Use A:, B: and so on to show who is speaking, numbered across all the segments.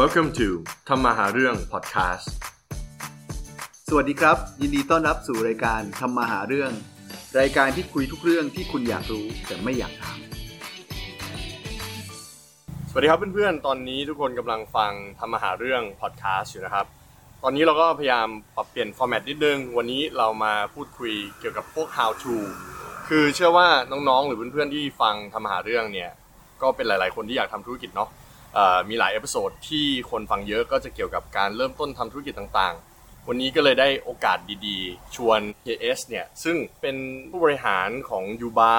A: Welcome to ทำมาหาเรื่อง podcast
B: สวัสดีครับ ยินดีต้อนรับสู่รายการทำมาหาเรื่อง รายการที่คุยทุกเรื่องที่คุณอยากรู้แต่ไม่อยากถาม
A: สวัสดีครับเพื่อนๆ ตอนนี้ทุกคนกำลังฟังทำมาหาเรื่อง podcast อยู่นะครับ ตอนนี้เราก็พยายามปรับเปลี่ยนฟอร์แมตนิดนึง วันนี้เรามาพูดคุยเกี่ยวกับพวก how to คือเชื่อว่าน้องๆ หรือเพื่อนๆ ที่ฟังทำมาหาเรื่องเนี่ย ก็เป็นหลายๆ คนที่อยากทำธุรกิจเนาะเอ่อมีหลายเอพิโซดที่คนฟังเยอะก็จะเกี่ยวกับการเริ่มต้นทำธุรกิจต่างๆ วันนี้ก็เลยได้โอกาสดีๆ ชวนเฮเอสเนี่ย ซึ่งเป็นผู้บริหารของยูบา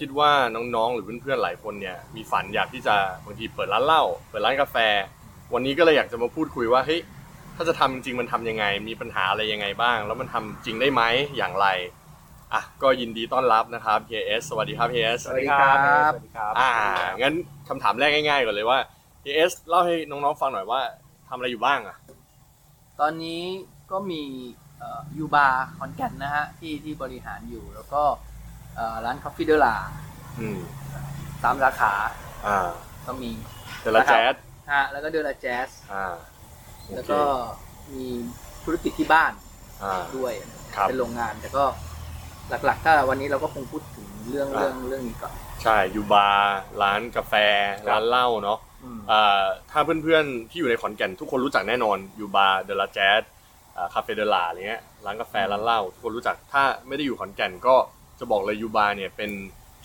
A: คิดว่าน้องๆ หรือเพื่อนๆ หลายคนเนี่ย มีฝันอยากที่จะบางทีเปิดร้านเหล้าเปิดร้านกาแฟ วันนี้ก็เลยอยากจะมาพูดคุยว่าเฮ้ย ถ้าจะทำจริงๆมันทำยังไง มีปัญหาอะไรยังไงบ้าง แล้วมันทำจริงได้ไหมอย่างไรอ่ะก็ยินดีต้อนรับนะครับ KS สวัสดีครับ KS
B: สวัสดีครับ
C: สวัสดีครับ
A: อ่า งั้นคำถามแรกง่ายๆก่อนเลยว่า PS เล่าให้น้องๆฟังหน่อยว่าทำอะไรอยู่บ้างอ่ะ
C: ตอนนี้ก็มียูบาร์ขอนแก่นนะฮะที่ที่บริหารอยู่แล้วก็เอ่อร้านคาเฟ่เดลา
A: อืม
C: สามสาขา
A: อ่า
C: ก็มี
A: เดลาแจ๊ส
C: ฮะแล้วก็เดลาแจ๊ส
A: อ่าโอ
C: แล้ว
A: เค
C: ก็มีธุรกิจที่บ้าน
A: อ่า
C: ด้วย
A: ครับ
C: เป็นโรงงานแต่ก็หลักๆ ถ้าวันนี้เราก็คงพูดถึงเรื่อง
A: อ่า
C: เรื่องเรื่องนี้ก่อน
A: ใช่อยู่บาร์ร้านกาแฟ ร้านเหล้าเนาะ
C: อืม
A: อ่า ถ้าเพื่อนๆ ที่อยู่ในขอนแก่นทุกคนรู้จักแน่นอนอยู่บาร์เดลาแจ๊สอ่าคาเฟ่เดลาอะไรเงี้ย ร้านกาแฟ ร้านเหล้าทุกคนรู้จัก ถ้าไม่ได้อยู่ขอนแก่นก็จะบอกเลยยูบาร์เนี่ยเป็น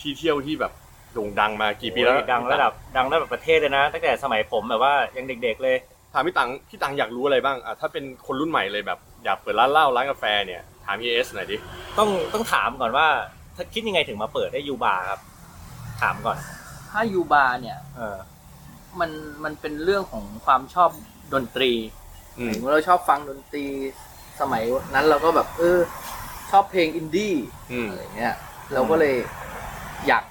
A: ที่เที่ยวที่แบบโด่งดังมากี่ปีแล้ว
D: โอ้ยดังระดับดังระดับประเทศเลยนะ ตั้งแต่สมัยผมแบบว่ายังเด็กๆเลย
A: ถามพี่ตังพี่ตังอยากรู้อะไรบ้างอ่ะถ้าเป็นคนรุ่นใหม่เลยแบบอยากเปิดร้านเหล้าร้านกาแฟเนี่ยถาม ES หน่อยดิ
D: ต้องต้องถามก่อนว่าถ้าคิดยังไงถึงมาเปิดได้ยูบาร์ครับ ถามก่อน
C: ถ้ายูบาร์เนี่ย
D: เออ
C: มันมันเป็นเรื่องของความชอบดนตรี
A: อืม
C: ถึงเราชอบฟังดนตรีสมัยนั้นเราก็แบบเออชอบเพลงอินดี้
A: อืม
C: อะไรเงี้ยเราก็เลยอยาก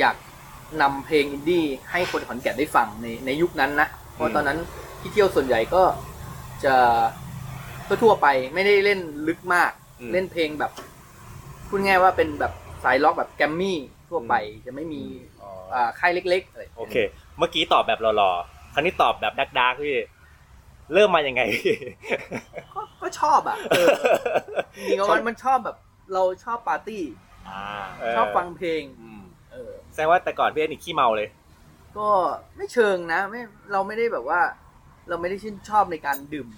C: อยากนำเพลงอินดี้ให้คนขอนแก่นได้ฟังในในยุคนั้นนะเพ
A: อื
C: ราะ
A: ม
C: ตอนนั้นที่เที่ยวส่วนใหญ่ก็จะทั่วๆไปไม่ได้เล่นลึกมาก
A: อืม
C: เล่นเพลงแบบพูดง่ายว่าเป็นแบบสายล็อกแบบแกรมมี่ทั่วไปจะไม่มีอ่าค่ายเล็กๆอะไร
D: โอเค เมื่อกี้ตอบแบบหล่อๆ คราวนี้ตอบแบบดักดักๆพี่ เริ่มมายังไง พี่
C: ก็ก็ชอบอ่ะเออ จริงๆแล้วมันมันชอบแบบเราชอบปาร์ตี้
A: อ่า
D: เออ
C: ชอบฟังเพลง
A: อืม
C: เออ
D: แสดงว่าแต่ก่อนพี่เอ็นนี่ขี้เมาเลย
C: ก็ไม่เชิงนะไม่เราไม่ได้แบบว่า เราไม่ได้ชื่นชอบในการดื่ม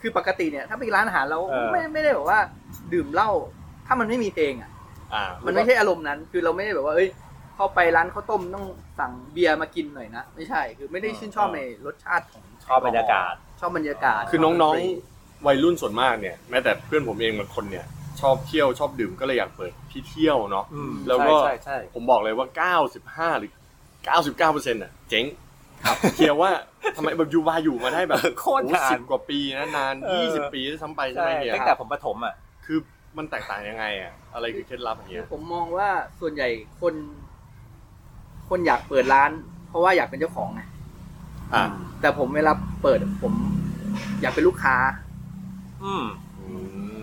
C: คือปกติเนี่ย ถ้าไปร้านอาหารเรา
D: เออ
C: ไม่ไม่ได้แบบว่า ดื่มเหล้าถ้ามันไม่มีเพลงอ่ะ
A: อ่า มั
C: มันไม่ใช่อารมณ์นั้น คือเราไม่ได้แบบว่า เอ้ยเข้าไปร้านข้าวต้มต้องสั่งเบียร์มากินหน่อยนะไม่ใช่ คือไม่ได้ชื่นชอบในรสชาติของ
D: ชอบบรรยากาศ
C: ชอบบรรยากาศ
A: คือน้องๆ วัยรุ่นส่วนมากเนี่ย แม้แต่เพื่อนผมเองบางคนเนี่ย ชอบเที่ยวชอบดื่มก็เลยอยากเปิดที่เที่ยวเนาะ
D: อืม
A: แล้วก็
D: ใช่ใช่
A: ผมบอกเลยว่า 95 หรือ 99เปอร์เซ็นต์อ่ะ เจ๊งเคลียร์ว่าทำไมแบบยูบาอยู่มาได้แบบ
D: โคตร
A: อ้
D: นาน
A: สิบกว่าปีนะนาน
D: เออ
A: ยี่สิบปีที่ทำไปใช่
D: ใช่
A: ไหมเฮีย
D: ตั้งแต่ผมประถมอ่ะ
A: คือมันแตกต่างยังไงอ่ะอะไรคือเคล็ดลับเฮีย
C: ผมมองว่าส่วนใหญ่คน คนอยากเปิดร้าน เพราะว่าอยากเป็นเจ้าของไง
A: อ่า
C: แต่ผมเวลาเปิดผมอยากเป็นลูกค้า
D: อืม
A: อื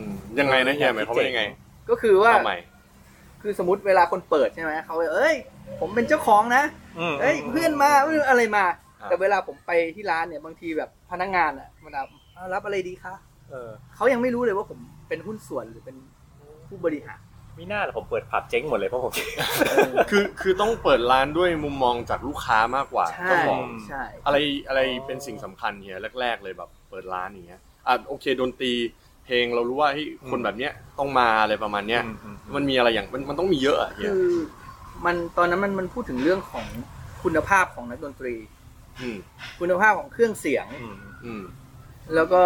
A: มยังไงนะเฮียหมายความว่ายังไง
C: ก็คือว่า
A: เอาใหม่
C: คือสมมติเวลาคนเปิดใช่ไหมเขาจะเอ้ย ผมเป็นเจ้าของนะ
D: อืม
C: เอ้ยเพื่อนมาเอ้ยอะไรมา
A: อ่า
C: แต่เวลาผมไปที่ร้านเนี่ยบางทีแบบพนักงานอะมาดามเอารับอะไรดีคะ
D: เออ
C: เขายังไม่รู้เลยว่าผมเป็นหุ้นส่วนหรือเป็นผู้บริหาร
D: มีหน้าเหรอผมเปิดผับเจ๊งหมดเลยเพราะผม
A: คือคือต้องเปิดร้านด้วยมุมมองจากลูกค้ามากกว่า
C: ใช่
A: เจ้าของ
C: ใช่
A: อะไรอะไรเป็นสิ่งสำคัญเฮียแรก ๆ เลยแบบเปิดร้านอย่างเงี้ยอ่ะโอเคดนตรีเพลงเรารู้ว่าเฮ้ย
D: อืม
A: คนแบบเนี้ยต้องมาอะไรประมาณเนี้ย
D: อืมอืม
A: มันมีอะไรอย่างมันมันต้องมีเยอะอะเฮีย
C: คือมันตอนนั้นมันมันพูดถึงเรื่องของคุณภาพของนักดนตรี
A: อืม
C: คุณภาพของเครื่องเสียง
D: อืม
A: อืม
C: แล้วก็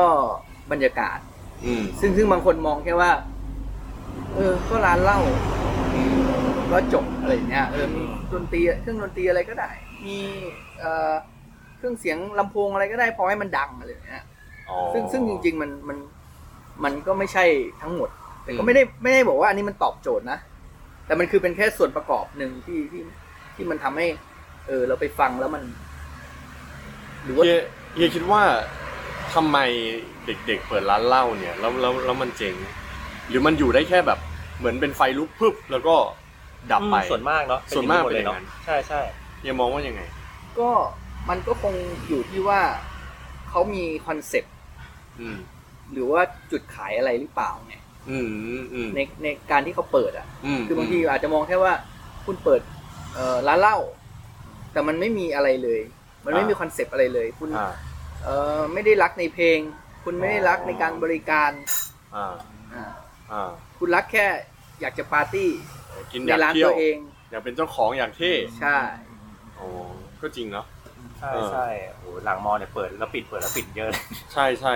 C: บรรยากาศ
A: อืม
C: ซึ่งซึ่งบางคนมองแค่ว่า เออ ก็ร้านเหล้าก็จบอะไรอย่างเงี้ย เออ มีดนตรี เครื่องดนตรีอะไรก็ได้ มีเอ่อเครื่องเสียงลำโพงอะไรก็ได้พอให้มันดังอะไรอย่างเงี้ย
A: อ๋อ
C: ซึ่งซึ่งจริง ๆ มันมันมันก็ไม่ใช่ทั้งหมด แต่
A: อื
C: ก็
A: ม
C: ไม่ได้ไม่ได้บอกว่าอันนี้มันตอบโจทย์นะ แต่มันคือเป็นแค่ส่วนประกอบหนึ่งที่ที่ที่มันทำให้ เออ เราไปฟังแล้วมัน หรือว่า
A: เฮียเฮียคิดว่าทำไมเด็กๆเปิดร้านเหล้าเนี่ยแล้วแล้วแล้วมันเจ๊งหรือมันอยู่ได้แค่แบบเหมือนเป็นไฟลุกพึบแล้วก็ดับไป
D: อืมส่วนมากเนาะ
A: ส่วนมากเป็นอย่
D: อา
A: ย่าง ง
D: นั้
A: นั้น น
D: ใช่ใช่
A: เฮียมองว่ายังไง
C: ก็ มันก็คงอยู่ที่ว่าเขามีคอนเซ็ปต์
A: อืม
C: หรือว่าจุดขายอะไรหรือเปล่าไง
A: อืมอืม
C: ในในการที่เขาเปิดอ่ะ
A: อืม
C: คือบางทีอาจจะมองแค่ว่าคุณเปิดเอ่อร้านเหล้าแต่มันไม่มีอะไรเลย มันไม่มีคอนเซปต์อะไรเลย คุณ
A: อ่า
C: เอ่อไม่ได้รักในเพลง คุณไม่ได้รักในการบริการ
A: อ่า
C: อ่า
A: อ่า
C: คุณรักแค่อยากจะปาร์ตี้
A: กินอ
C: ใน
A: ยาก
C: ร้าน
A: เที่ย
C: ตัว วเอง
A: อยากเป็นเจ้าของอยากเท่
C: ใช่
A: โอ้ก็จริงเนาะ
D: ใช่ใช่โอ้โหหลังมอเนี่ยเปิดแล้วปิดเปิดแล้วปิดเยอะเลย
A: ใช่ใช่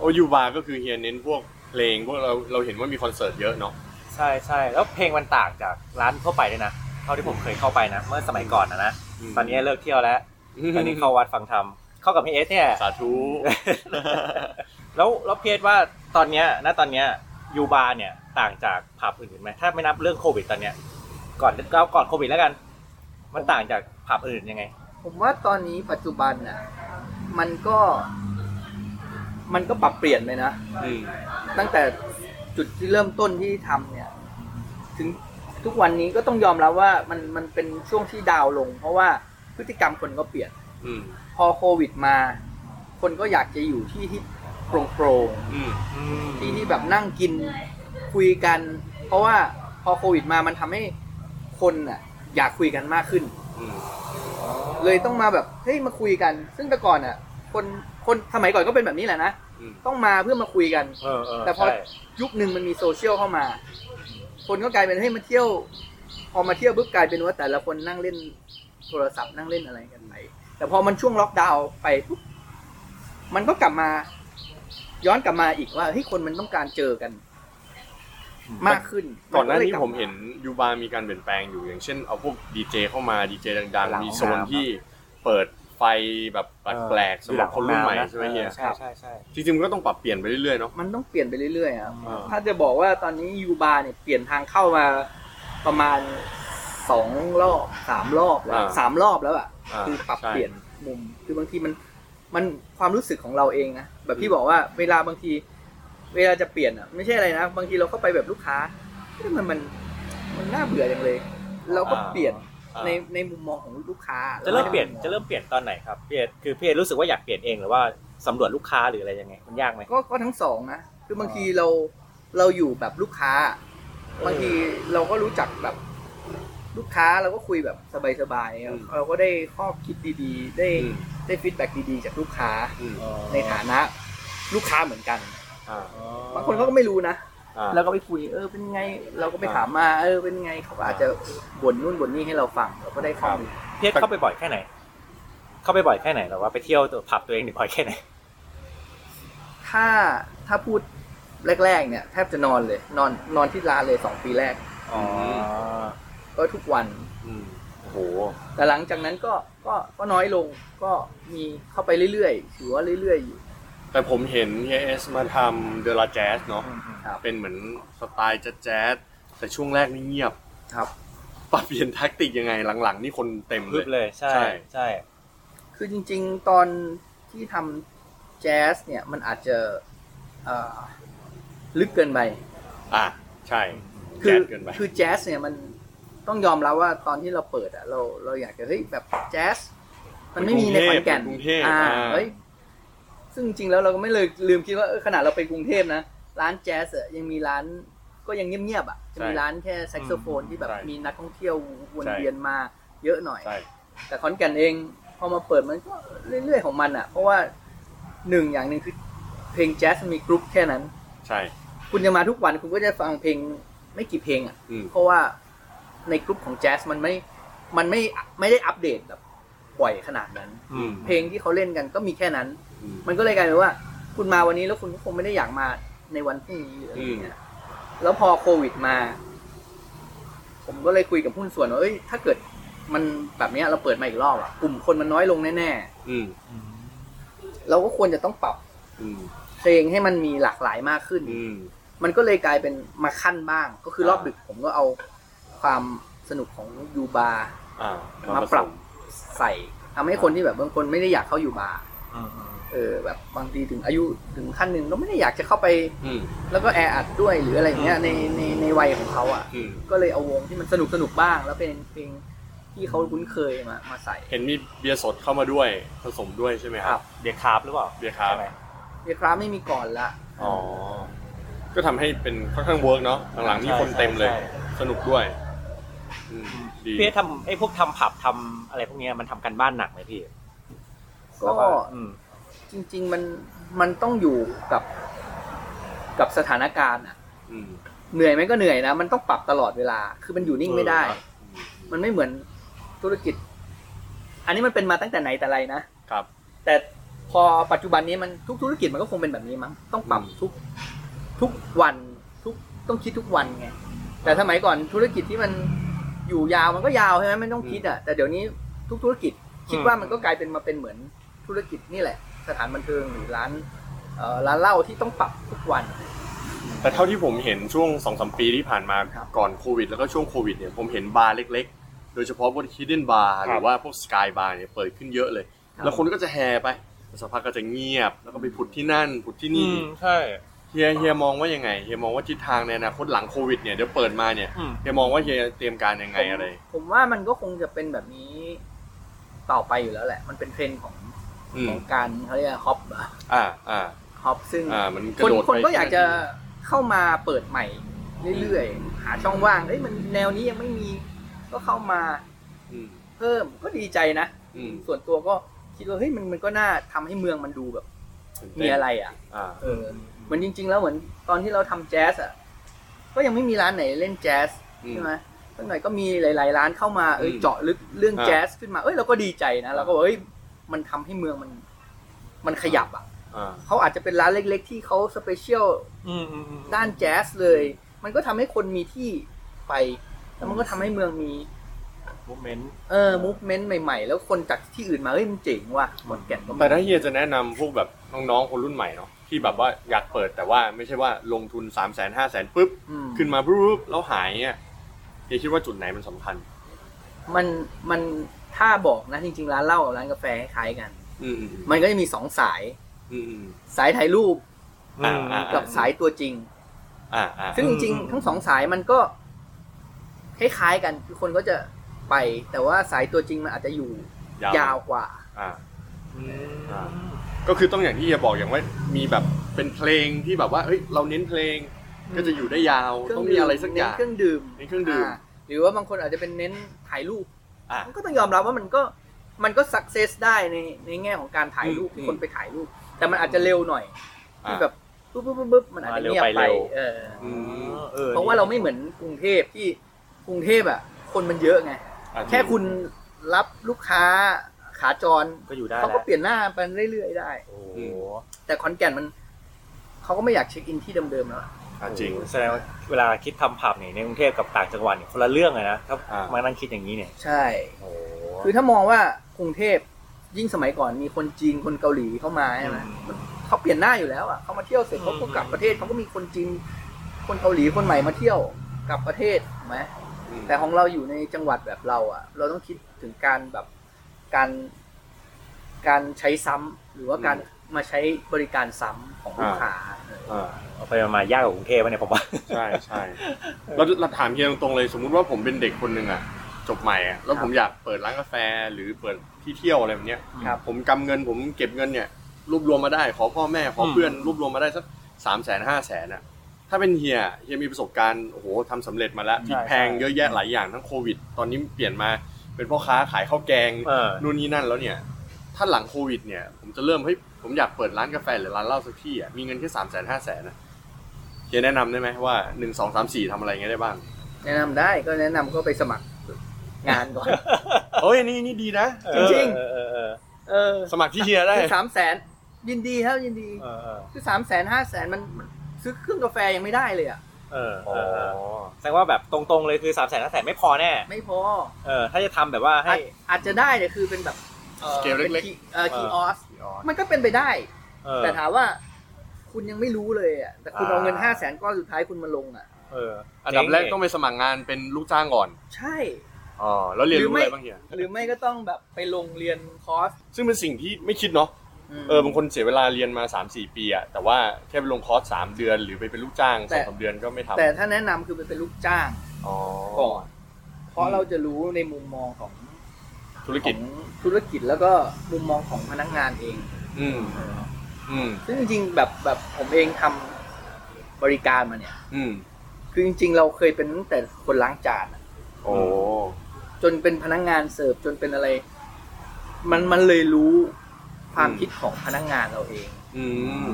A: โอยูบาร์ก็คือเฮียเน้นพวกเพลงพวกเราเราเห็นว่ามีคอนเสิร์ตเยอะเนาะ
D: ใช่ใช่แล้วเพลงมันต่างจากร้านทั่วไปด้วยนะเท่าที่ผมเคยเข้าไปนะ เมื่อสมัยก่อนนะนะ
A: ม
D: ตอนนี้เลิกเที่ยวแล้วตอนนี้เข้าวัดฟังธรรมเข้ากับพี่เอส เนี่ย
A: สาธุ
D: แล้วแล้วเพียว่าตอนเนี้ยณตอนเนี้ยยูบาร์เนี่ยต่างจากผับอื่นๆไหมถ้าไม่นับเรื่องโควิดตอนเนี้ยก่อนก็ก่อนโควิดแล้วกัน มันต่างจากผับอื่นยังไง
C: ผมว่าตอนนี้ปัจจุบันน่ะมันก็มันก็ปรับเปลี่ยนไปนะ
A: อืม
C: ตั้งแต่จุดที่เริ่มต้นที่ทำเนี่ย ถึงทุกวันนี้ก็ต้องยอมรับว่ามันมันเป็นช่วงที่ดาวน์ลง เพราะว่าพฤติกรรมคนก็เปลี่ยน
A: อืม
C: พอโควิดมา คนก็อยากจะอยู่ที่ที่โปร่งๆ
A: อืม
C: ที่ที่แบบนั่งกินคุยกัน เพราะว่าพอโควิดมามันทำให้คนอ่ะ อยากคุยกันมากขึ้น
A: อืม
C: เลยต้องมาแบบเฮ้ยมาคุยกัน ซึ่งแต่ก่อนอ่ะ คนคนสมัยก่อนก็เป็นแบบนี้แหละนะ
A: อืม
C: ต้องมาเพื่อมาคุยกัน
D: เออเออ
C: แต่พอ
D: ใช่
C: ยุคหนึ่งมันมีโซเชียลเข้ามา คนก็กลายเป็นให้ยมาเที่ยว พอมาเที่ยวปุ๊บกลายเป็นว่าแต่ละคนนั่งเล่นโทรศัพท์นั่งเล่นอะไรกันไปแต่พอมันช่วงล็อกดาวน์ไปปุ๊บมันก็กลับมา ย้อนกลับมาอีกว่าเฮ้ยคนมันต้องการเจอกัน มากขึ้น
A: ก่อนหน้านี้
C: ก็เลย
A: ผมเห็นยูบาร์มีการเปลี่ยนแปลงอยู่อย่างเช่นเอาพวกดีเจเข้ามาดีเจดังๆ มีโซนที่เปิดไฟแบบแปลกๆสำหรับคนรุ่นใหม่ใช่ไหมเฮีย
D: ใช่ใช่ใช่
A: จริงๆมันก็ต้องปรับเปลี่ยนไปเรื่อยๆเนาะ
C: มันต้องเปลี่ยนไปเรื่อยๆครับ
A: อ่า
C: ถ้าจะบอกว่าตอนนี้ยูบาร์เนี่ยเปลี่ยนทางเข้ามาประมาณสองรอบสามรอบแล้วสามรอบแล้วอะ
A: อ่า
C: คือปรับ
A: ใช่
C: เปลี่ยนมุม คือบางทีมันมันความรู้สึกของเราเองนะ แบบพี่บอกว่าเวลาบางที เวลาจะเปลี่ยนอ่ะ ไม่ใช่อะไรนะ บางทีเราเข้าไปแบบลูกค้าเฮ้ยมันมันมันน่าเบื่ออย่างเลย เราก็เปลี่ยน
A: อ่า
C: ในในมุมมองของลูกค้า
D: จะเริ่มเปลี่ยน
C: รา
D: จะ
C: ไได้
D: เริ่มเปลี่ยนตอนไหนครับพี่เอสคือพี่เอสรู้สึกว่าอยากเปลี่ยนเองหรือว่าสำรวจลูกค้าหรืออะไรยังไงมันยากไหม
C: ก็ก็ทั้งสองนะ คือบางทีเราเราอยู่แบบลูกค้า บางทีเราก็รู้จักแบบลูกค้าเราก็คุยแบบสบายๆครั
A: อื
C: บ
A: ม
C: เราก็ได้ข้อคิดดีๆ ได้
A: อืม
C: ได้ฟีดแบ็กดีๆ จากลูกค้า
A: อืม
C: ในฐานะลูกค้าเหมือนกัน
A: อ่า
C: บางคนเขาก็ไม่รู้นะ
A: อ่า
C: เราก็ไปคุย เออ เป็นไง เราก็ไปถามมา เออ เป็นไง เขาก็อาจจะบ่นนู่นบ่นนี่ให้เราฟัง เราก็ได้ข้อมูล
D: พี่เอสเข้าไปบ่อยแค่ไหน เข้าไปบ่อยแค่ไหนหรือว่าไปเที่ยวตัวผับตัวเองเนี่ยบ่อยแค่ไหน
C: ถ้า ถ้าพูดแรก ๆ เนี่ย แทบจะนอนเลย นอน นอนที่ร้านเลยสองปีแรก
A: อ๋อ
C: ก็ทุกวัน
A: อืม
D: โอ้โห
C: แต่หลังจากนั้นก็ ก็ ก็น้อยลง ก็มีเข้าไปเรื่อยๆ ถือว่าเรื่อยๆอยู่
A: แต่ผมเห็นเฮเอสมาทำเดลาแจ๊สเนาะ
C: ครับ
A: เป็นเหมือนสไตล์แจ๊สๆแต่ช่วงแรกนี่เงียบ
C: ครับ
A: ปรับเปลี่ยนแท็กติกยังไงหลังๆ นี่คนเต็มเล
D: พึ
A: ย
D: บเลยใช่
A: ใช่
D: ใช่
C: คือจริง ๆ ตอนที่ทำแจ๊สเนี่ย มันอาจจะเอ่อลึกเกินไป
A: อ่ะใช่
C: คื
A: แจ๊
C: อ
A: สเกินไป
C: คือแจ๊สเนี่ยมันต้องยอมรับว่าตอนที่เราเปิดอะเราเราอยากจะเฮ้ยแบบแจ๊สมันไม่มีในขอนแก่น
A: กรุงเทพ
C: อ่า
A: อ่า
C: เฮ้ยซึ่งจริงๆแล้วเราก็ไม่เลยลืมคิดว่าเออขนาดเราไปกรุงเทพนะ ร้านแจ๊สอะยังมีร้านก็ยังเงียบๆอะจะมีร้านแค่แซกโซโฟนที่แบบ
A: ใช่
C: มีนักท่องเที่ยววน
A: ใช่
C: เวียนมาเยอะหน่อย
A: ใช่
C: แต่ขอนแก่นเองพอมาเปิดมันก็เรื่อยๆของมันอะเพราะว่าหนึ่งอย่างหนึ่งคือเพลงแจ๊สมันมีกรุ๊ปแค่นั้น
A: ใช่
C: คุณจะมาทุกวันคุณก็จะฟังเพลงไม่กี่เพลงอะ
A: อืม
C: เพราะว่าในกลุ่มของแจ๊สมันไม่ มันไม่ ไม่ได้อัปเดตแบบปล่อยขนาดนั้น
A: อืม
C: เพลงที่เขาเล่นกันก็มีแค่นั้น
A: อืม
C: มันก็เลยกลายเป็นว่า คุณมาวันนี้แล้วคุณก็คงไม่ได้อยากมาในวันพรุ่งนี้หรืออะไรอย่างเงี้ย แล้วพอโควิดมา ผมก็เลยคุยกับหุ้นส่วนว่าเอ้ย ถ้าเกิดมันแบบเนี้ยเราเปิดมาอีกรอบอะกลุ่มคนมันน้อยลงแน่
A: อืม
C: ๆ เราก็ควรจะต้องปรับ
A: อืม
C: เพลงให้มันมีหลากหลายมากขึ้น
A: อืม
C: มันก็เลยกลายเป็นมาขั้นบ้าง ก็คือรอบ
A: อ่า
C: ดึกผมก็เอาความสนุกของยูบาร์
A: อ่ามา
C: มา
A: ผส
C: ปรับ ใส่ทำให้คนที่แบบบางคนไม่ได้อยากเข้าอยู่บาร์เออแบบบางทีถึงอายุถึงขั้นหนึ่งก็ไม่ได้อยากจะเข้าไป
A: อืม
C: แล้วก็แออัดด้วยหรืออะไรอย่างเงี้ยในในในวัยของเขาอ่ะ
A: อืม
C: ก็เลยเอาวงที่มันสนุกสนุกบ้าง แล้วเป็นเพลง ที่เขาคุ้นเคยมามาใส่
A: เห็นมีเบียร์สดเข้ามาด้วยผสมด้วยใช่ไหมครับ
D: เบียร์คราฟต์หรือเปล่า
A: เบียร์คราฟต์
D: ใช่ไหม
C: เบียร์คราฟต์ไม่มีก่อนละ
A: อ๋อ ก็ทำให้เป็นค่อนข้างเวิร์กเนาะหลังๆนี่คนเต็มเลย
D: ใช่ใช่
A: สนุกด้วยอืมดี
D: พี่เอ๊ะทำไอ้พวกทำผับทำอะไรพวกเนี้ยมันทำกันบ้านหนักไหมพี่
C: ก็
D: อืม
C: จริง ๆ มันมันต้องอยู่กับกับสถานการณ์อะ
A: อืม
C: เหนื่อยไหมก็เหนื่อยนะ มันต้องปรับตลอดเวลา คือมันอยู่นิ่งไม่ได้
A: เออ
C: มันไม่เหมือนธุรกิจ อันนี้มันเป็นมาตั้งแต่ไหนแต่ไรนะ
A: ครับ
C: แต่พอปัจจุบันนี้มันทุกธุรกิจมันก็คงเป็นแบบนี้มั้งต้องปรับ
A: อืม
C: ทุกทุกวันทุกต้องคิดทุกวันไงแต่สมัยก่อนธุรกิจที่มันอยู่ยาวมันก็ยาวใช่ไหมมันต้องคิดอ่ะแต่เดี๋ยวนี้ทุกธุรกิจคิดว่ามันก็กลายเป็นมาเป็นเหมือนธุรกิจนี่แหละ สถานบันเทิงหรือร้านเอ่อร้านเหล้าที่ต้องปรับทุกวัน
A: แต่เท่าที่ผมเห็นช่วงสองสมปีที่ผ่านมา
C: ครับ
A: ก่อนโควิด แล้วก็ช่วงโควิดเนี่ยผมเห็นบาร์เล็กๆ โดยเฉพาะพวก hidden bar หรือว่าพวก sky bar เนี่ยเปิดขึ้นเยอะเลย แล้วคนก็จะแห่ไปสักพักก็จะเงียบ แล้วก็ไปผุดที่นั่นผุดที่นี่
D: ใช่
A: เฮียเฮียมองว่ายังไงเฮียมองว่าทิศทางในอนาคตหลังโควิดเนี่ยเดี๋ยวเปิดมาเนี่ย
D: อืม
A: เฮียมองว่าเฮียเตรียมการยังไง
C: ผม
A: อะไร
C: ผมว่ามันก็คงจะเป็นแบบนี้ต่อไปอยู่แล้วแหละ มันเป็นเทรนด์ของ
A: อืม
C: ของการเขาเรียกฮอป
A: อ่าอ่า
C: ฮอปซึ่ง
A: อ่ามันก
C: ค
A: ระ
C: น
A: โดด
C: คน
A: ไป
C: ก็อยากจะเข้ามาเปิดใหม่เรื่อยๆ หาช่องว่างเอ้ยมันแนวนี้ยังไม่มี ก็เข้ามา
A: อืม
C: เพิ่มก็ดีใจนะ
A: อืม
C: ส่วนตัวก็คิดว่าเฮ้ยมันมันก็น่าทำให้เมืองมันดูแบบ
A: ตื่น
C: มี
A: เต้น
C: อะไรอ่ะ
A: อ่า
C: เออเหมือนจริง ๆ แล้วเหมือนตอนที่เราทำแจ๊สอ่ะก็ยังไม่มีร้านไหนเล่นแจ๊ส
A: อืม
C: ใช่ไหมตั้งหน่อยก็มีหลาย ๆ ร้านเข้ามาเอ้ย
A: อืม
C: เจาะลึกเรื่อง
A: อ่า
C: แจ๊สขึ้นมาเอ้ยเราก็ดีใจนะเราก็บอกเอ้ยมันทำให้เมืองมัน มันขยับอ่ะ
A: อ่า
C: เขาอาจจะเป็นร้านเล็ก ๆ ที่เขาสเปเชียล
D: อืมอืมอืม
C: ด้านแจ๊สเลย มันก็ทำให้คนมีที่ไปแล้วมันก็ทำให้เมืองมี
D: movement
C: เออมูฟเมนต์ใหม่ๆ แล้วคนจากที่อื่นมาเฮ้ยมันเจ๋งว่ะขอนแก่นก็มี
A: แต่ถ้าเฮียจะแนะนำพวกแบบน้องๆคนรุ่นใหม่เนาะที่แบบว่าอยากเปิดแต่ว่าไม่ใช่ว่าลงทุนสามแสนห้าแสนปุ๊บ
C: อืม
A: ขึ้นมาปุ๊บแล้วหายเนี่ยเฮียคิดว่าจุดไหนมันสำคัญ
C: มันมันถ้าบอกนะจริงๆ ร้านเหล้ากับร้านกาแฟคล้ายกัน
A: อืม
C: มันก็จะมีสองสาย
A: อืมอืม
C: สายถ่ายรูป
A: อ่าอ่า
C: กับสายตัวจริง
A: อ่าอ่า
C: ซึ่งจริง
D: อืม
C: ๆ ทั้งสองสายมันก็คล้ายๆกันคือคนก็จะไป แต่ว่าสายตัวจริงมันอาจจะอยู่ยาวกว่า
A: อ่า
D: อืม
A: อ่า ก็คือต้องอย่างที่เฮียบอกอย่างว่ามีแบบเป็นเพลงที่แบบว่าเฮ้ยเราเน้นเพลงก็จะอยู่ได้ยาว
C: เครื่
A: ต้อง
C: ง
A: มี
C: ดื่
A: อะไรสักอย่าง
C: เน้นเครื่องดื่ม
A: เน้นเครื่องดื่ม
C: าหรือว่าบางคนอาจจะเป็นเน้นถ่ายรูป
A: อ่ะ
C: มันก็ต้องยอมรับว่ามันก็มันก็สักเซสได้ในในแง่ของการถ่ายรูป
A: อืม
C: ที่คนไปถ่ายรูป แต่มันอาจจะเร็วหน่อย
A: อ่ะ
C: ที่แบบปุ๊บปุ๊บปุ๊บปุ๊บมันอาจจะเงียบ
D: มาเร็ว
C: ไป
D: ไปเร็ว
C: เออ
A: อืม
D: ออ
C: เพราะว่าเราไม่เหมือนกรุงเทพที่กรุงเทพอ่ะ คนมันเยอะไง
A: อ่ะ
C: แค่คุณรับลูกค้าขาจร
D: ก็อยู่ได้
C: เขา
D: แล้
C: ก็
D: ว
C: เปลี่ยนหน้าไปเรื่อยๆได้
D: โอ้โห
C: แต่ขอนแก่นมันเขาก็ไม่อยากเช็คอินที่เดิมๆแล้วอะ
A: อ่ะจริง
D: แสดงว่าเวลาคิดทำผับเนี่ยในกรุงเทพกับต่างจังหวัดเนี่ยคนละเรื่องเลยนะถ้า
A: อ่าม
D: มานั่งคิดอย่างนี้เนี่ย
C: ใช่
D: โอ้โห
C: คือถ้ามองว่ากรุงเทพยิ่งสมัยก่อนมีคนจีนคนเกาหลีเข้ามาใช่ไหมเขาเปลี่ยนหน้าอยู่แล้วอ่ะเขามาเที่ยวเสร็จ
D: อืม
C: เขาก็กลับประเทศเขาก็มีคนจีนคนเกาหลีคนใหม่มาเที่ยวกลับประเทศถูกไหม
A: อืม
C: แต่ของเราอยู่ในจังหวัดแบบเราอ่ะ เราต้องคิดถึงการแบบการการใช้ซ้ำหรือว่าการมาใช้บริการซ้ำของลูกค้าเออ
A: อ่า
D: เอาไปมายากกว่ากรุงเทพไหมเนี่ยผมว่า
A: ใช่ใช่เราเราถามเฮียตรงๆเลย สมมุติว่าผมเป็นเด็กคนหนึ่งอ่ะจบใหม่อ่ะแล้ว
C: ครั
A: ผ
C: บ
A: มอยากเปิดร้านกาแฟหรือเปิดที่เที่ยวอะไรแบบเนี้ย
C: ครับ
A: ผมกำเงินผมเก็บเงินเนี่ยรวบรวมมาได้ ขอพ่อแม่ขอเพื่อนรวบรวมมาได้สักสามแสนห้าแสนอ่ะถ้าเป็นเฮียเฮียมีประสบการณ์โอ้โหทำสำเร็จมาแล้ว
D: ใช่
A: มีแพง
D: ใช่
A: เยอะแยะหลายอย่างทั้งโควิด ตอนนี้เปลี่ยนมาเป็นพ่อค้าขายข้าวแกง
D: เออ
A: นู่นนี่นั่นแล้วเนี่ย ถ้าหลังโควิดเนี่ย ผมจะเริ่มเฮ้ยผมอยากเปิดร้านกาแฟหรือร้านเหล้าสักที่อ่ะ มีเงินแค่สามแสนห้าแสนนะเฮียแนะนำได้ไหมว่าหนึ่งสองสามสี่ทำอะไรเงี้ยได้บ้าง
C: แนะนำได้ก็แนะนำก็ไปสมัครงานก่อน
A: เฮ้ย นี่นี่ดีนะ
C: จริง
D: เออเออเออ
C: เออ
A: สมัครที่เฮียได้
C: สามแสนยินดีครับยินดี
D: เออเออ
C: คือสามแสนห้าแสนมันมันซื้อเครื่องกาแฟยังไม่ได้เลยอ่ะ
D: เออ
A: อ๋อ
D: เออเออแสดงว่าแบบตรงๆเลยคือสามแสนห้าแสนไม่พอแน่
C: ไม่พอ
D: เออถ้าจะทำแบบว่า
C: อา
D: ให้
C: จอาจจะได้แต่คือเป็นแบบ
A: สเกลเล็ก
C: ๆเออคีออส
A: อ๋อ
C: มันก็เป็นไปได้
D: เออ
C: แต่ถามว่า คุณยังไม่รู้เลยอ่ะแต่คุณเอาเงิน
D: อ่า
C: ห้าแสนก้อนสุดท้ายคุณมาลงอ่ะ
D: เออ
A: อั
D: อั
A: นดับแรกต้องไปสมัครงานเป็นลูกจ้างก่อน
C: ใช่
A: อ๋อ แล้วเรียนรู้
C: หรือ
A: อะ
C: ไม่
A: ไรบ้างเฮีย
C: หรือไม่ก็ต้องแบบไปลงเรียนคอร์ส
A: ซึ่งเป็นสิ่งที่ไม่คิดเนาะ
C: ม
A: เออ บางคนเสียเวลาเรียนมา 3 4 ปีอะแต่ว่าแค่ไปลงคอร์สสามเดือน หรือไปเป็นลูกจ้างส
C: แต่
A: องสามเดือนก็ไม่ทำ
C: แต่ถ้าแนะนำคือไปเป็นลูกจ้าง
A: อ๋อ
C: ก่อน เพ
A: อื
C: ราะ
A: ม
C: เราจะรู้ในมุมมองของ
A: ธุรกิจ
C: ของธุรกิจแล้วก็มุมมองของพนักงานเอง
A: อืม อืม
C: ซึ่งจริงๆแบบแบบผมเองทำบริการมาเนี่ย
A: อืม
C: คือจริงๆ เราเคยเป็นตั้งแต่คนล้างจานอะ
A: โอ้
C: จนเป็นพนักงานเสิร์ฟจนเป็นอะไร มันมันเลยรู้ความ
A: อืม
C: คิดของพนักงานเราเอง
A: อืม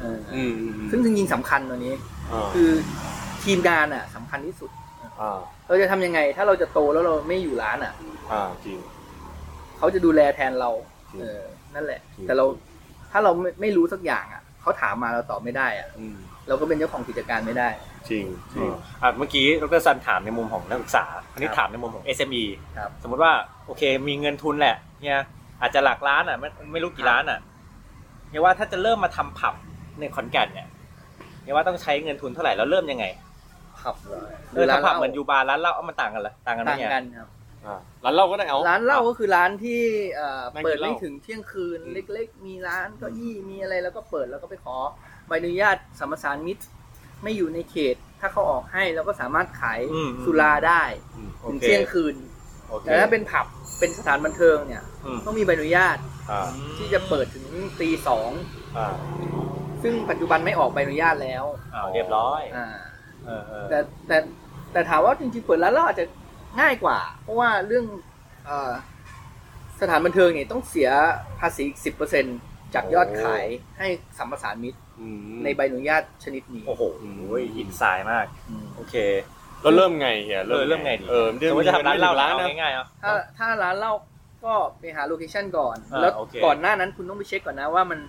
C: เอออ
A: อืมอืม
C: ซึ่งจริงๆสำคัญตัวนี้
A: อ่า
C: คือทีมงานอ่ะสำคัญที่สุด
A: อ่า
C: เราจะทำยังไง ถ้าเราจะโตแล้วเราไม่อยู่ร้านอ่ะ
A: อ่า จริง
C: เขาจะดูแลแทนเรา
A: จริง
C: เออ นั่นแหละ
A: จริง
C: แต่เราถ้าเราไม่ไม่รู้สักอย่างอ่ะ เขาถามมาเราตอบไม่ได้อ่ะ
A: อืม
C: เราก็เป็นเจ้าของกิจการไม่ได้
A: จริง จริง
D: อ่ะเมื่อกี้ดรซันถามในมุมของนักศึกษาอันนี้ถามในมุมของ SME
C: ครับ
D: สมมุติว่าโอเค มีเงินทุนแหละเนี่ยอาจจะหลักล้านอ่ะไม่ไม่รู้กี่ล้านอ่ะเนี่ยว่าถ้าจะเริ่มมาทำผับในขอนแก่นเนี่ยเนี่ยว่าต้องใช้เงินทุนเท่าไหร่แล้วเริ่มยังไง
C: ขับเลย
D: เออทำผับเหมือนยูบาร์ร้านเหล้าเอามันต่างกันเหรอต่างกันไหม
C: ต่าง
D: เนี่ย
C: กันครับ
A: อ่า ร้านเหล้าก็ได้เอา
C: ร้านเหล้าก็คือร้านที่เอ่อ
A: นั่งกิน
C: เปิดไม่
A: เหล้า
C: ถึงเที่ยงคืน
A: อืม
C: เล็กๆ มีร้านเก็ยี่มีอะไรแล้วก็เปิดแล้วก็ไปขอใบอนุญาตสัมปทานมิตร ไม่อยู่ในเขต ถ้าเขาออกให้เราก็สามารถขาย
D: อืม
C: สุราได้
A: อืม
D: โอ
C: ถึง
D: เค
C: เที่ยงคืน
D: โอเค
C: แต่ถ้าเป็นผับเป็นสถานบันเทิงเนี่ย
D: อืม
C: ต้องมีใบอนุญาต
A: อ่า
C: ที่จะเปิดถึงตีสอง
A: อ่า
C: ซึ่งปัจจุบันไม่ออกใบอนุญาตแล้ว
D: อ่าเรียบร้อย
C: อ่า
D: เออเออ
C: แต่แต่แต่ถามว่าจริงๆเปิดร้านเหล้าอาจจะง่ายกว่า เพราะว่าเรื่องเอ่อสถานบันเทิงเนี่ยต้องเสียภาษีอีกสิบเปอร์เซ็นจากยอดขายให้สัมปทานมิตร
A: อืม
C: ในใบอนุญาตชนิดนี้
D: โอ้โหอินไซด์มาก
C: อืม
D: โอเค
A: แล้วเริ่มไงเฮีย
D: เออเริ่มไงดี
A: เออ
D: สมมติจะทำร้านเหล้าร้าน
A: นะ
D: ง่ายๆเนาะ
C: ถ้าถ้าร้านเหล้าก็ไปหาโลเคชันก่อน
D: อ่า
C: แล้ว
D: โอเค
C: ก่อนหน้านั้นคุณต้องไปเช็คก่อนนะว่ามัน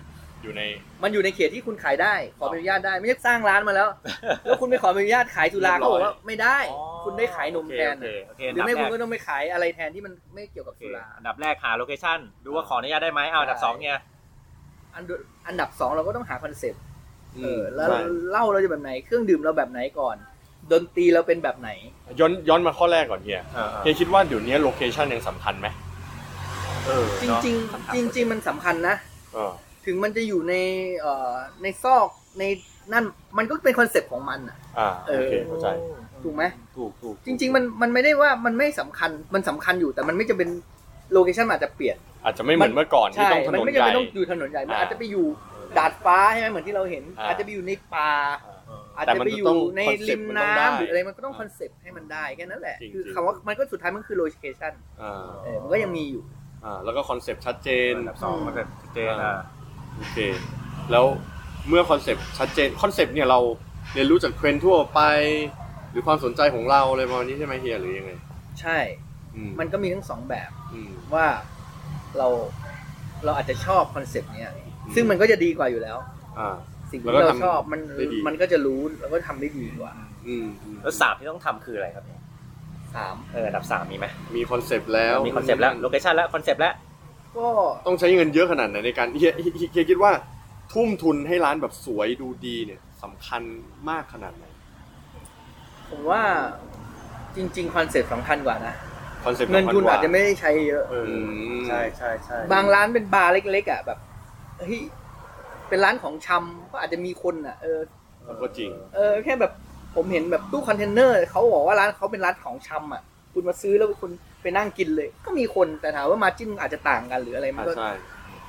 A: อยู่ใน
C: มันอยู่ในเขตที่คุณขายได้ ขอใบอนุญาตได้ ไม่ใช่สร้างร้านมาแล้ว แล้วคุณไปขอใบอนุญาตขายสุรา
A: เรีย
C: เขา
A: บร้อย
C: บอกว่าไม่ได้ คุณได้ขายนมแทน
D: โอเคโอเค
C: หรือไม่
D: นับแรก
C: คุณก็ต้องไปขายอะไรแทนที่มันไม่เกี่ยวกับสุรา
D: อันดับแรกหาโลเคชันดูว่าขออนุญาตได้ไหมเอาอันดับ
C: ใช่
D: สองเนี่ย
C: อันดับอันดับสองเราก็ต้องหาคอนเซ็ปต์
A: อืม
C: เออแล้ว
A: ใช่
C: เหล้าเราจะแบบไหน เครื่องดื่มเราแบบไหนก่อน ดนตรีเราเป็นแบบไหน
A: ย้อนย้อนมาข้อแรกก่อนเฮีย
D: เออ
A: เฮียคิดว่าเดี๋ยวนี้โลเคชันยังสำคัญไหม
D: เออ
C: จ
D: เนอะ
C: ริง ๆ จริง ๆ มันสำคัญนะ
A: เออ
C: ถึงมันจะอยู่ในเอ่อในซอกในนั่นมันก็เป็นคอนเซ็ปต์ของมันอ่ะ
A: อ่า
C: เออ
A: โอเค เข้าใจ
C: ถูกไหม
D: ถูกถูก
C: จริง ๆ มันมันไม่ได้ว่ามันไม่สำคัญมันสำคัญอยู่แต่มันไม่จะเป็นโลเคชันอาจจะเปลี่ยน
A: อาจจะไม่เหมือนเมื่อก่อนที่
C: ใช่
A: ต้องถ
C: มัน
A: นน
C: ไม่
A: ให
C: จำ
A: ญ่
C: เป็นต้องอยู่ถนนใหญ่ มัน
A: อ่า
C: อาจจะไปอยู่ดาดฟ้าใช่ไหมเหมือนที่เราเห็น
A: อ่า
C: อาจจะไปอยู่ในป่า
D: เออ
C: อาจ
A: แต่
C: จะ
A: มัน
C: ไปอยู่ใน
A: ต้องคอนเซ็
C: ริ
A: ปต์
C: ม
A: มันต้องได้
C: น้ำหรืออะไร มันก็ต้อง
A: อ่า
C: คอนเซปต์ให้มันได้แค่นั้นแหละ
A: จริงๆ
C: คือคำว่ามันก็สุดท้ายมันคือโลเคชัน
A: อ่า
C: เออมันก็ยังมีอยู่
A: อ่า แล้วก็คอนเซปต์ชัดเจน
D: อันดับสองมันจะชัดเจน
A: อ่า
D: อ่ะ
A: โอเค แล้วเมื่อคอนเซปต์ชัดเจน คอนเซปต์เนี่ยเราเรียนรู้จากเทรนด์ทั่วไป หรือความสนใจของเราอะไรประมาณนี้ใช่ไหมเฮียหรือยังไง
C: ใช่
A: อืม
C: มันก็มีทั้งสองแบบ
A: อืม
C: ว่าเราเราอาจจะชอบคอนเซปต์เนี้ยซึ่งมันก็จะดีกว่าอยู่แล้ว
A: อ่า
C: สิ่งที่เรา
A: แล้วก็ทำ
C: ชอบมัน
A: ได้ดี
C: มันก็จะรู้แล้วก็ทำได้ดีกว่า
A: อืมอืม
D: แล้วสามที่ต้องทำคืออะไรครับเนี่ย
C: สาม
D: เอออันดับสามมีไหม
A: มีคอนเซปต์แล้ว
D: มีคอนเซปต์แล้วโลเคชันแล้วคอนเซปต์แล้ว
C: ก็
A: ต้องใช้เงินเยอะขนาดไหนในการเฮียเฮียเฮียคิดว่าทุ่มทุนให้ร้านแบบสวยดูดีเนี่ยสำคัญมากขนาดไหน
C: ผมว่าจริง ๆ คอนเซปต์สำคัญกว่านะ
A: คอนเซปต์
C: เงินทุ
A: สำคั
C: น
A: ญกว่
C: อาจจะไม่ได้ใช้เยอะ
D: เออ
A: ม
D: ใช่ใช่ใช่
C: บางร้านเป็นบาร์เล็กๆอ่ะแบบเฮ้ยเป็นร้านของชำก็อาจจะมีคนอ่ะเออ
A: แล้วก็จริง
C: เออแค่แบบผมเห็นแบบตู้คอนเทนเนอร์เขาบอกว่าร้านเขาเป็นร้านของชำอ่ะ คุณมาซื้อแล้วคุณไปนั่งกินเลย ก็มีคนแต่ถามว่ามาจิ้นอาจจะต่างกันหรืออะไรมัน
A: อ่า
C: ก็
A: ใช่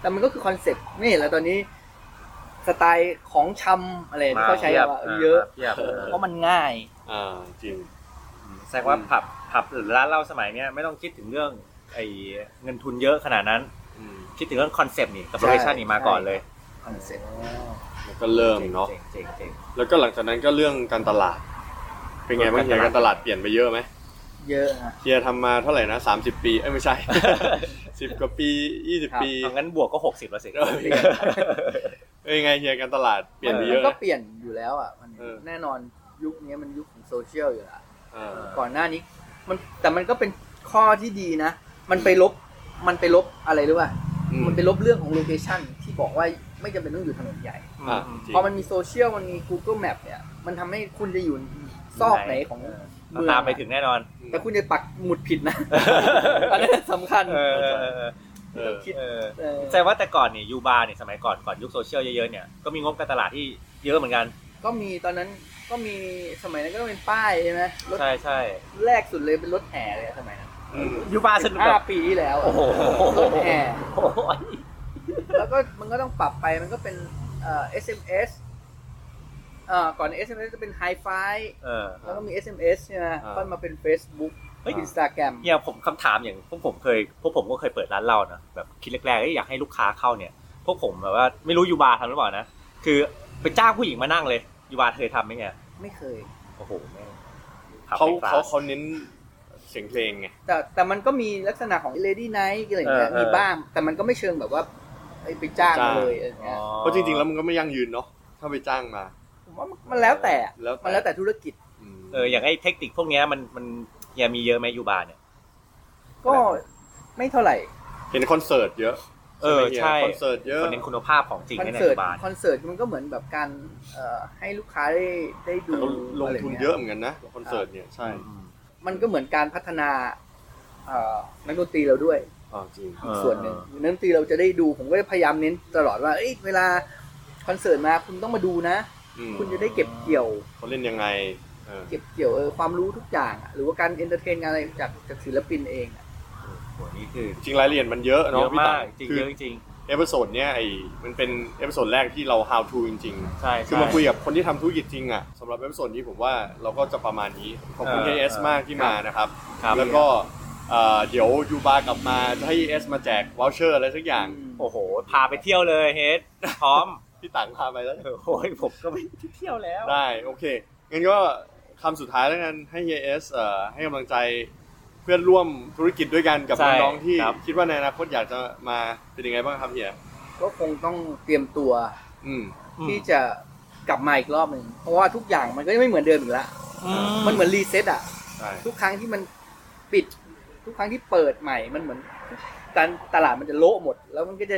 C: แต่มันก็คือคอนเซ็ปต์ไม่เห็นแล้วตอนนี้ สไตล์ของชำอะไรที่เขาใช้อะเยอะ
D: เพียบ
C: เพราะมันง่าย
A: อ่าจริง
D: แสดงว่าผับผับหรือร้านเหล้าสมัยเนี้ยไม่ต้องคิดถึงเรื่องไอ้เงินทุนเยอะขนาดนั้น
A: อืม
D: คิดถึงเรื่องคอนเซปต์นี่กับโลเคชัน
C: ใช่
D: นี่มาก่อนเลย
C: คอนเซ็ปต์
A: แล้วก็เริ่มเนาะ
D: เจ๋งเจ๋ง
A: แล้วก็หลังจากนั้นก็เรื่องการตลาด เป็นไงบ้างเฮีย
D: การตลาด
A: การตลาดเปลี่ยนไปเยอะไหม
C: เยอะนะ
A: เฮียทำมาเท่าไหร่นะ30 ปี เอ้ยไม่ใช่ 10 กว่าปี 20 ปี
D: เจ๋งงั้นบวกก็หกสิบแล้วสิ
A: เออเป็นไงเฮียการตลาดเปลี่ยนไปเย
C: มั
A: อะ
C: ก็
A: นะ
C: เปลี่ยนอยู่แล้วอ่ะมัน
A: เออ
C: แน่นอนยุคนี้มันยุคของโซเชียลอยู่แล้ว
A: อ่า
C: ก่อนหน้านี้มันแต่มันก็เป็นข้อที่ดีนะ มันไปลบมันไปลบอะไรรู้ป่ะ
A: อืม
C: มันไปลบเรื่องของโลเคชันที่บอกว่าไม่จำเป็นต้องอยู่ถนนใหญ่
A: อ่าจริง
C: พอมันมีโซเชียลมันมี Google Map เนี่ย มันทำให้คุณจะอยู่ซอกไหนของเมือง
D: ตามไปถึงแน่นอน
C: แต่คุณจะปักหมุดผิดนะ อันนั้นสำคัญ
D: เออเออเออ
A: เออ
C: คิด
D: เออ
C: เออ
D: แสดงว่าแต่ก่อนเนี่ยยูบาร์เนี่ยสมัยก่อนก่อนยุคโซเชียลเยอะๆเนี่ยก็มีงบการตลาดที่เยอะเหมือนกัน
C: ก็มีตอนนั้นก็มีสมัยนั้นก็ต้องเป็นป้ายใช่ไหมรถ
D: ใช่ใช่
C: แรกสุดเลยเป็นรถแห่เลยอะสมัยนั้น
A: อืม
D: ยูบาร์สนุกแบบ
C: 5ปีที่แล้ว
D: โอ้โห
C: รถแห่
D: โอ้โห
C: แล้วก็มันก็ต้องปรับไปมันก็เป็นเอ่อ SMS เอ่อก่อน SMS จะเป็น Hi-Fi
D: เออ
C: แล้วก็มี SMS ใช่ไหม
A: อ่า
C: ก็มาเป็น Facebook
D: เฮ้ย
C: Instagram
D: เนี่ยผมคำถามอย่างพวกผมเคยพวกผมก็เคยเปิดร้านเหล้านะแบบคิดแรกๆเอ้ยอยากให้ลูกค้าเข้าเนี่ย พวกผมแบบว่าไม่รู้ยูบาร์ทำหรือเปล่านะคือไปจ้างผู้หญิงมานั่งเลยยูบาร์เคยทำไหมเนี่ย
C: ไม่เคย
D: โอ้โหแม่ง
A: เขา
D: ทำไฟฟ้
A: เขาเขาเน้นเสียงเพลงไง
C: แต่แต่มันก็มีลักษณะของ Lady Night อะไรอย่างเงี้ย
D: เออเออ
C: มีบ้าง แต่มันก็ไม่เชิงแบบว่าเอ้ยไปจ้าง
A: จ้าง
C: เลยอะไรอย่าง
D: อ๋อ
C: เงี้ย
A: เพราะจริงๆแล้วมันก็ไม่ยั่งยืนเนาะถ้าไปจ้างมา
C: ผมว่ามันมันแล้วแต่อะ
A: แล้วแต่
C: มันแล้วแต่ธุรกิจ
A: อืม
D: เอออย่างไอ้เทคนิคพวกเนี้ยมันมันเฮียมีเยอะไหมยูบาร์เนี่ย
C: ก็ไม่เท่าไหร่
A: เห็นคอนเสิร์ตเยอะ
D: เออ
A: ไหมฮีย
D: ใช่
A: คอนเสิร์ตเยอะ
D: คนเน้นคุณภาพของจริง
C: คอน
D: ใน
C: เสิร์ต
D: ยูบาร์
C: คอนเสิร์ตมันก็เหมือนแบบการเอ่อให้ลูกค้าได้ได้ดู
A: ลงลง
C: ไร
A: ทุน
C: งี้
A: เยอะเหมือนกันนะคอนเสิร์ตเนี่ยใช่
D: อืม
C: มันก็เหมือนการพัฒนาเอ่อนักดนตรีเราด้วย
A: อ๋อจริง
D: เออ
C: ส่วนหนึ่งนักดนตรีเราจะได้ดูผมก็พยายามเน้นตลอดว่าเอ้ยเวลาคอนเสิร์ตมาคุณต้องมาดูนะ
A: อืม
C: คุณจะได้เก็บเกี่ยว
A: เขาเล่นยังไงเออ
C: เก็บเกี่ยวเออความรู้ทุกอย่างอะหรือว่าการเอนเตอร์เทนงานอะไรจากจากศิลปินเองอะ
D: โหนี่คือ
A: จริงรายละเอียดมันเยอะ
D: เย
A: เนาะ
D: อะ
A: พี่
D: มา
A: ตั
D: ก
A: ง
D: จริง
A: คื
D: เย
A: อ
D: อะจริง
A: เอพิโซดเนี่ยไอ้มันเป็นเอพิโซดแรกที่เรา how to จริง
D: ใช่
A: ๆ
D: ใช่
A: คือมาคุยกับคนที่ทำธุรกิจจริงอ่ะสำหรับเอพิโซดนี้ผมว่าเราก็จะประมาณนี้ ขอบคุณ
D: เออ
A: AS
D: เออ
A: มากที่มานะครับ
D: ครับ
A: แล้วก็เอ่อเดี๋ยวยูบาร์กลับมาจะให้ AS มาแจกวอลเชอร์อะไรสักอย่าง
D: โอ้โห พาไปเที่ยวเลยเฮดพร้อม
A: พี่ตังพาไปแล้ว
D: โอ้ยผมก็ไปเที่ยวแล้ว
A: ได้โอเคงั้นก็คำสุดท้ายแล้วกันให้ AS เอ่อให้กำลังใจเพื่อนร่วมธุรกิจด้วยกันกับ
D: ใช่
A: น้องๆที่
D: ครับ
A: คิดว่าในอนาคตอยากจะมาเป็นยังไงบ้างครับเฮีย
C: ก็คงต้องเตรียมตัว
A: อืม
C: ที่จะกลับมาอีกรอบหนึ่งเพราะว่าทุกอย่างมันก็ไม่เหมือนเดิมอีกละ
D: อื
C: มันเหมือนรีเซ็ตอ่ะ
A: ใช่
C: ทุกครั้งที่มันปิด ทุกครั้งที่เปิดใหม่มันเหมือนตลาดตลาดมันจะโละหมด แล้วมันก็จะ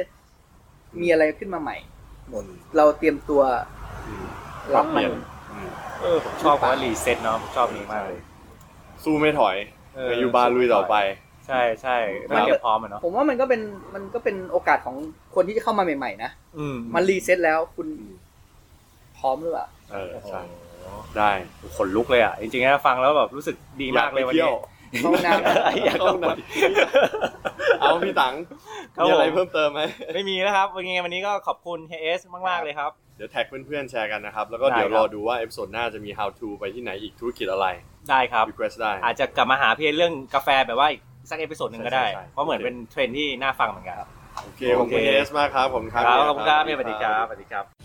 C: มีอะไรขึ้นมาใหม่
A: บน
C: เราเตรียมตัว
A: อืม
C: รับมัน
A: อืม
D: เออผมชอบคำว่ารีเซ็ตเนาะผมชอบนี้มากเลย
A: สู้ไม่ถอย
D: เออ
A: แต่อยู่บาร์ลุยต่อไป
D: ใช่ใช่มันเตรียมพร้อมอะเนาะ
C: ผมว่ามันก็เป็นมันก็เป็นโอกาสของคนที่จะเข้ามาใหม่ๆนะ
D: อืม
C: มันรีเซ็ตแล้วคุณพร้อมหรือเปล่า
A: เออ
D: โอ้โห
A: ใช่ได้
D: ขนลุกเลยอ่ะจริงๆนะฟังแล้วแบบรู้สึกดีมากเลยวัน
A: อไปที่
D: นี้
A: ว
C: เข้าห้องน้ำ
D: อยากเข้าห้องน้
A: เอาพี่ตัง
D: ครับ
A: มีอะไร
D: ผม
A: เพิ่มเติมไหม
D: ำไม่มีแล้วครับวันนี้วันนี้ก็ขอบคุณเฮสมากๆเลยครับ
A: เดี๋ยวแท็กเพื่อนๆแชร์กันนะครับ แล้วก็
D: ได้
A: เดี๋ยว
D: ครับ
A: รอดูว่าเอพิโซดหน้าจะมี how to ไปที่ไหนอีกธุรกิจอะไร
D: ได้ครับ
A: request ได้
D: อาจจะกลับมาหาพี่เรื่องกาแฟแบบว่าอีกสักเอพิโซดหนึ่งก็ได้
A: ใช่ใช่ใช่
D: เพราะเหมือนเป็นเทรนด์ที่น่าฟังเหมือนกัน
A: โอเคขอบคุณเอสมากครับผมค
D: ครั
A: รับ บ
D: ขอบคุณครับพี่สวัสดีครับสวัสดีครับ